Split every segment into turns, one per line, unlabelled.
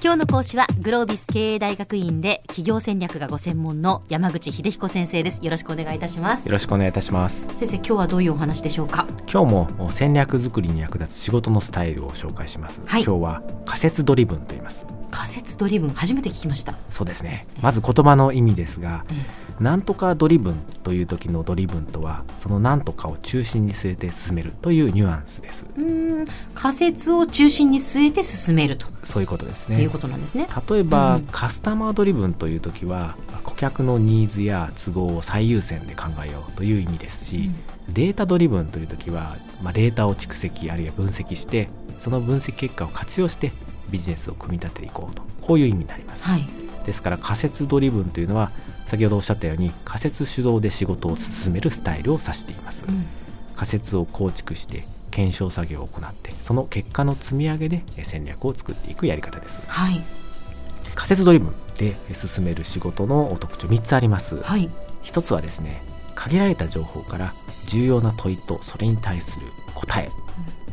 今日の講師はグロービス経営大学院で企業戦略がご専門の山口秀彦先生ですよろしくお願いいたします
よろしくお願いいたします
先生今日はどういうお話でしょうか
今日も戦略作りに役立つ仕事のスタイルを紹介します、
はい
今日は仮説ドリブンと言います
仮説ドリブン初めて聞きました
そうですねまず言葉の意味ですが
え
なんとかドリブンという時のドリブンとはそのなんとかを中心に据えて進めるというニュアンスです
うーん仮説を中心に据えて進めると
そういうことです
い
ね
うことなんですね
例えば、
うん
カスタマードリブンという時は顧客のニーズや都合を最優先で考えようという意味ですし、データドリブンという時は、まあ、データを蓄積あるいは分析してその分析結果を活用してビジネスを組み立てていこうとこういう意味になります、
はい
ですから仮説ドリブンというのは先ほどおっしゃったように仮説主導で仕事を進めるスタイルを指しています、
うん
仮説を構築して検証作業を行ってその結果の積み上げでえ戦略を作っていくやり方です
はい
仮説ドリブンで進める仕事の特徴3つあります
はい
一つはですね限られた情報から重要な問いとそれに対する答え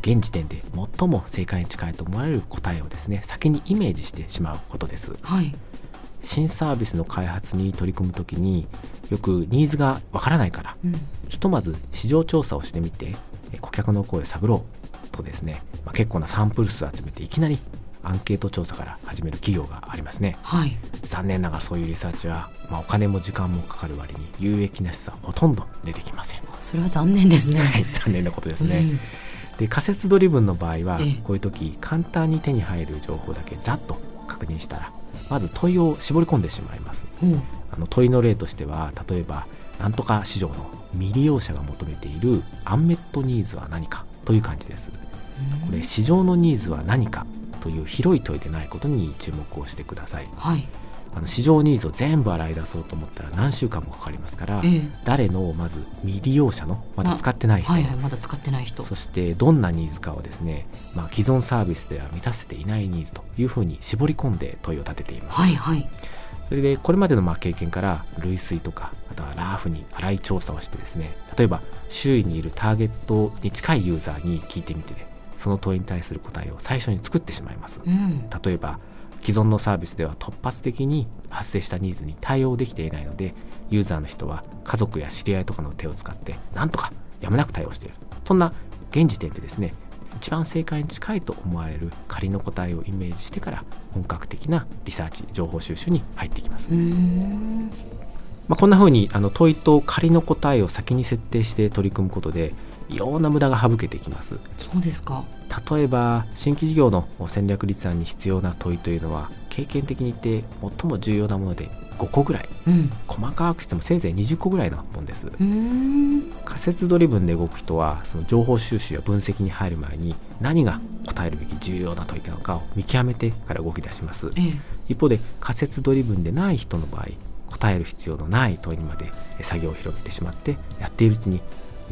現時点で最も正解に近いと思われる答えをですね先にイメージしてしまうことです
はい
新サービスの開発に取り組む時によくニーズがわからないから
うん
ひとまず市場調査をしてみてえ顧客の声を探ろうとですね、まあ、結構なサンプル数を集めていきなりアンケート調査から始める企業がありますね
はい
残念ながらそういうリサーチは、まあ、お金も時間もかかる割に有益なしさはほとんど出てきません
それは残念ですね
はい 残念なことですね、
うん
で仮説ドリブンの場合は
ええ
こういう時簡単に手に入る情報だけざっと確認したらまず問いを絞り込んでしまいます
うん
あの問いの例としては例えばなんとか市場の未利用者が求めているアンメットニーズは何かという感じですこれ市場のニーズは何かという広い問いでないことに注目をしてください
はい
あの市場ニーズを全部洗い出そうと思ったら何週間もかかりますから
ええ
誰のまず未利用者のまだ使ってない人
はいはいまだ使ってない人
そしてどんなニーズかをですね、まあ、既存サービスでは満たせていないニーズというふうに絞り込んで問いを立てています
はいはい
それでこれまでのまあ経験から類推とかあとはラーフに粗い調査をしてですね例えば周囲にいるターゲットに近いユーザーに聞いてみて、ね、その問いに対する答えを最初に作ってしまいます
うん
例えば既存のサービスでは突発的に発生したニーズに対応できていないのでユーザーの人は家族や知り合いとかの手を使ってなんとかやむなく対応しているそんな現時点でですね一番正解に近いと思われる仮の答えをイメージしてから本格的なリサーチ情報収集に入っていきます
うーん
まあ、こんな風にあの問いと仮の答えを先に設定して取り組むことでいろんな無駄が省けていきます
そうですか
例えば新規事業の戦略立案に必要な問いというのは経験的に言って最も重要なもので5個ぐらい
うん
細かくしてもせいぜい20個ぐらいのもんです
うーん
仮説ドリブンで動く人はその情報収集や分析に入る前に何が答えるべき重要な問いなのかを見極めてから動き出します
ええ
一方で仮説ドリブンでない人の場合答える必要のない問いにまでえ作業を広げてしまってやっているうちに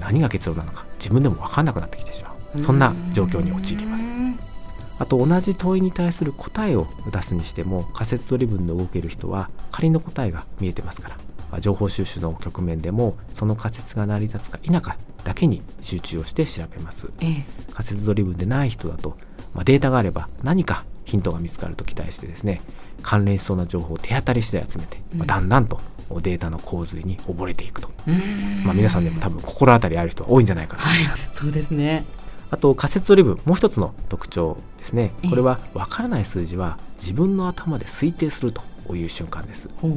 何が結論なのか自分でも分かんなくなってきてしまうそんな状況に陥ります
うん
あと同じ問いに対する答えを出すにしても仮説ドリブンで動ける人は仮の答えが見えてますからまあ情報収集の局面でもその仮説が成り立つか否かだけに集中をして調べます
ええ
仮説ドリブンでない人だと、まあ、データがあれば何かヒントが見つかると期待してですね関連しそうな情報を手当たり次第集めて、
う
まあ、
ん
だんだんとデータの洪水に溺れていくと、
うーん
まあ、皆さんでも多分心当たりある人は多いんじゃないかな
はいそうですね
あと仮説ドリブンもう一つの特徴ですね
ええ
これは分からない数字は自分の頭で推定するという瞬間です
ほう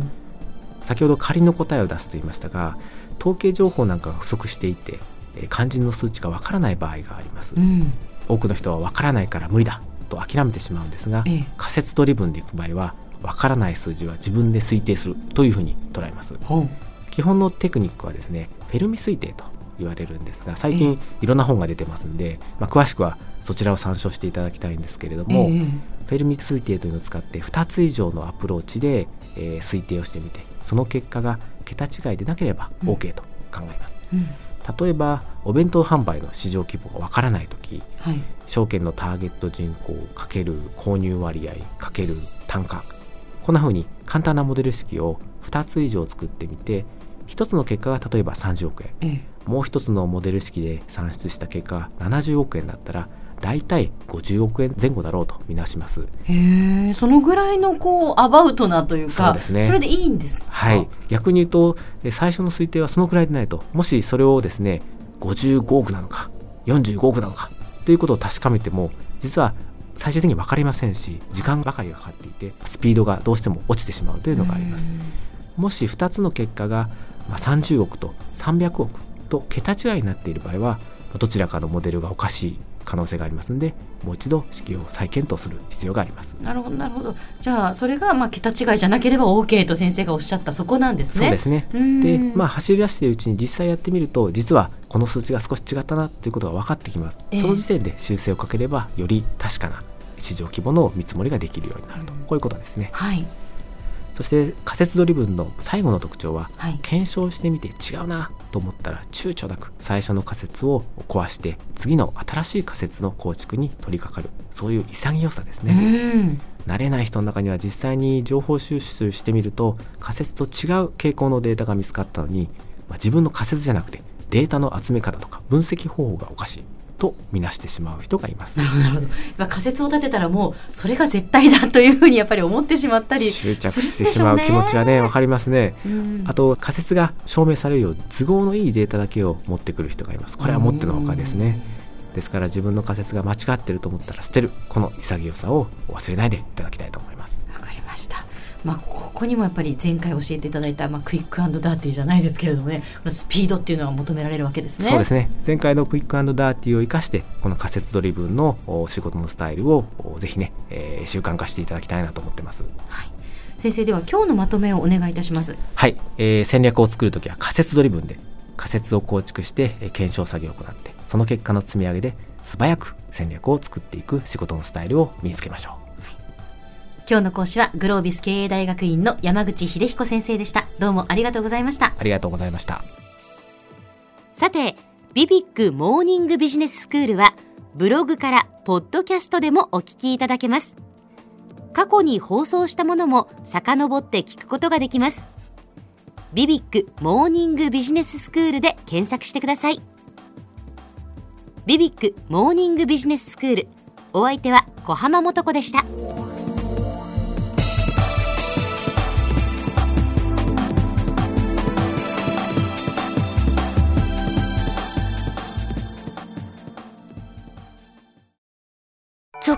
先ほど仮の答えを出すと言いましたが統計情報なんかが不足していてえー肝心の数値が分からない場合があります
うん
多くの人は分からないから無理だと諦めてしまうんですが、
ええ
仮説ドリブンでいく場合は分からない数字は自分で推定するというふうに捉えます
ほう
基本のテクニックはですねフェルミ推定と言われるんですが最
え
近いろんな本が出てますんで、まあ、詳しくはそちらを参照していただきたいんですけれども、
ええ
フェルミ推定というのを使って2つ以上のアプローチで、えー推定をしてみてその結果が桁違いでなければ
うん
OK と考えます、
うん
例えばお弁当販売の市場規模が分からない時
はい
証券のターゲット人口かける購入割合かける単価こんな風に簡単なモデル式を2つ以上作ってみて1つの結果が例えば30億円
ええ
もう1つのモデル式で算出した結果が70億円だったら大体50億円前後だろうとみなします。
へえそのぐらいのこうアバウトなというか
そうですね
それでいいんですか
はい、逆に言うとえ最初の推定はそのくらいでないともしそれをですね55億なのか45億なのかということを確かめても実は最終的に分かりませんし時間ばかりがかかっていてスピードがどうしても落ちてしまうというのがあります。もし2つの結果が、まあ、30億と300億と桁違いになっている場合はどちらかのモデルがおかしい可能性がありますのでもう一度試験を再検討する必要があります。
なるほどなるほどじゃあそれがまあ桁違いじゃなければ OK と先生がおっしゃったそこなんですね
そうですね
うん
で、まあ、走り出しているうちに実際やってみると実はこの数値が少し違ったなということが分かってきます、
ええ
その時点で修正をかければより確かな市場規模の見積もりができるようになると、
うん
こういうことですね
はい
そして仮説ドリブンの最後の特徴は
はい
検証してみて違うなと思ったら躊躇なく最初の仮説を壊して次の新しい仮説の構築に取り掛かるそういう潔さですね、
うん
慣れない人の中には実際に情報収集してみると仮説と違う傾向のデータが見つかったのに、まあ、自分の仮説じゃなくてデータの集め方とか分析方法がおかしいと見なしてしまう人がいます
なるほどなるほどまあ仮説を立てたらもうそれが絶対だというふうにやっぱり思ってしまったり
執着してしまう気持ちはねわかりますね
うん
あと仮説が証明されるよう都合のいいデータだけを持ってくる人がいますこれはもってのほかですねですから自分の仮説が間違ってると思ったら捨てるこの潔さを忘れないでいただきたいと思います
わかりました。まあ、ここにもやっぱり前回教えていただいた、まあ、クイックダーティーじゃないですけれどもねこのスピードっていうのが求められるわけですね。
そうですね前回のクイックダーティーを生かしてこの仮説ドリブンのお仕事のスタイルをおぜひね、えー習慣化していただきたいなと思ってます
はい、先生では今日のまとめをお願いいたします。
はい、えー戦略を作るときは仮説ドリブンで仮説を構築して、えー検証作業を行ってその結果の積み上げで素早く戦略を作っていく仕事のスタイルを身につけましょう
今日の講師はグロービス経営大学院の山口秀彦先生でした。どうもありがとうございました。
ありがとうございました
さて、ビビックモーニングビジネススクールは、ブログからポッドキャストでもお聞きいただけます。過去に放送したものも遡って聞くことができます。ビビックモーニングビジネススクールで検索してください。ビビックモーニングビジネススクール。お相手は小浜もとこでした。
ゾ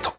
ト」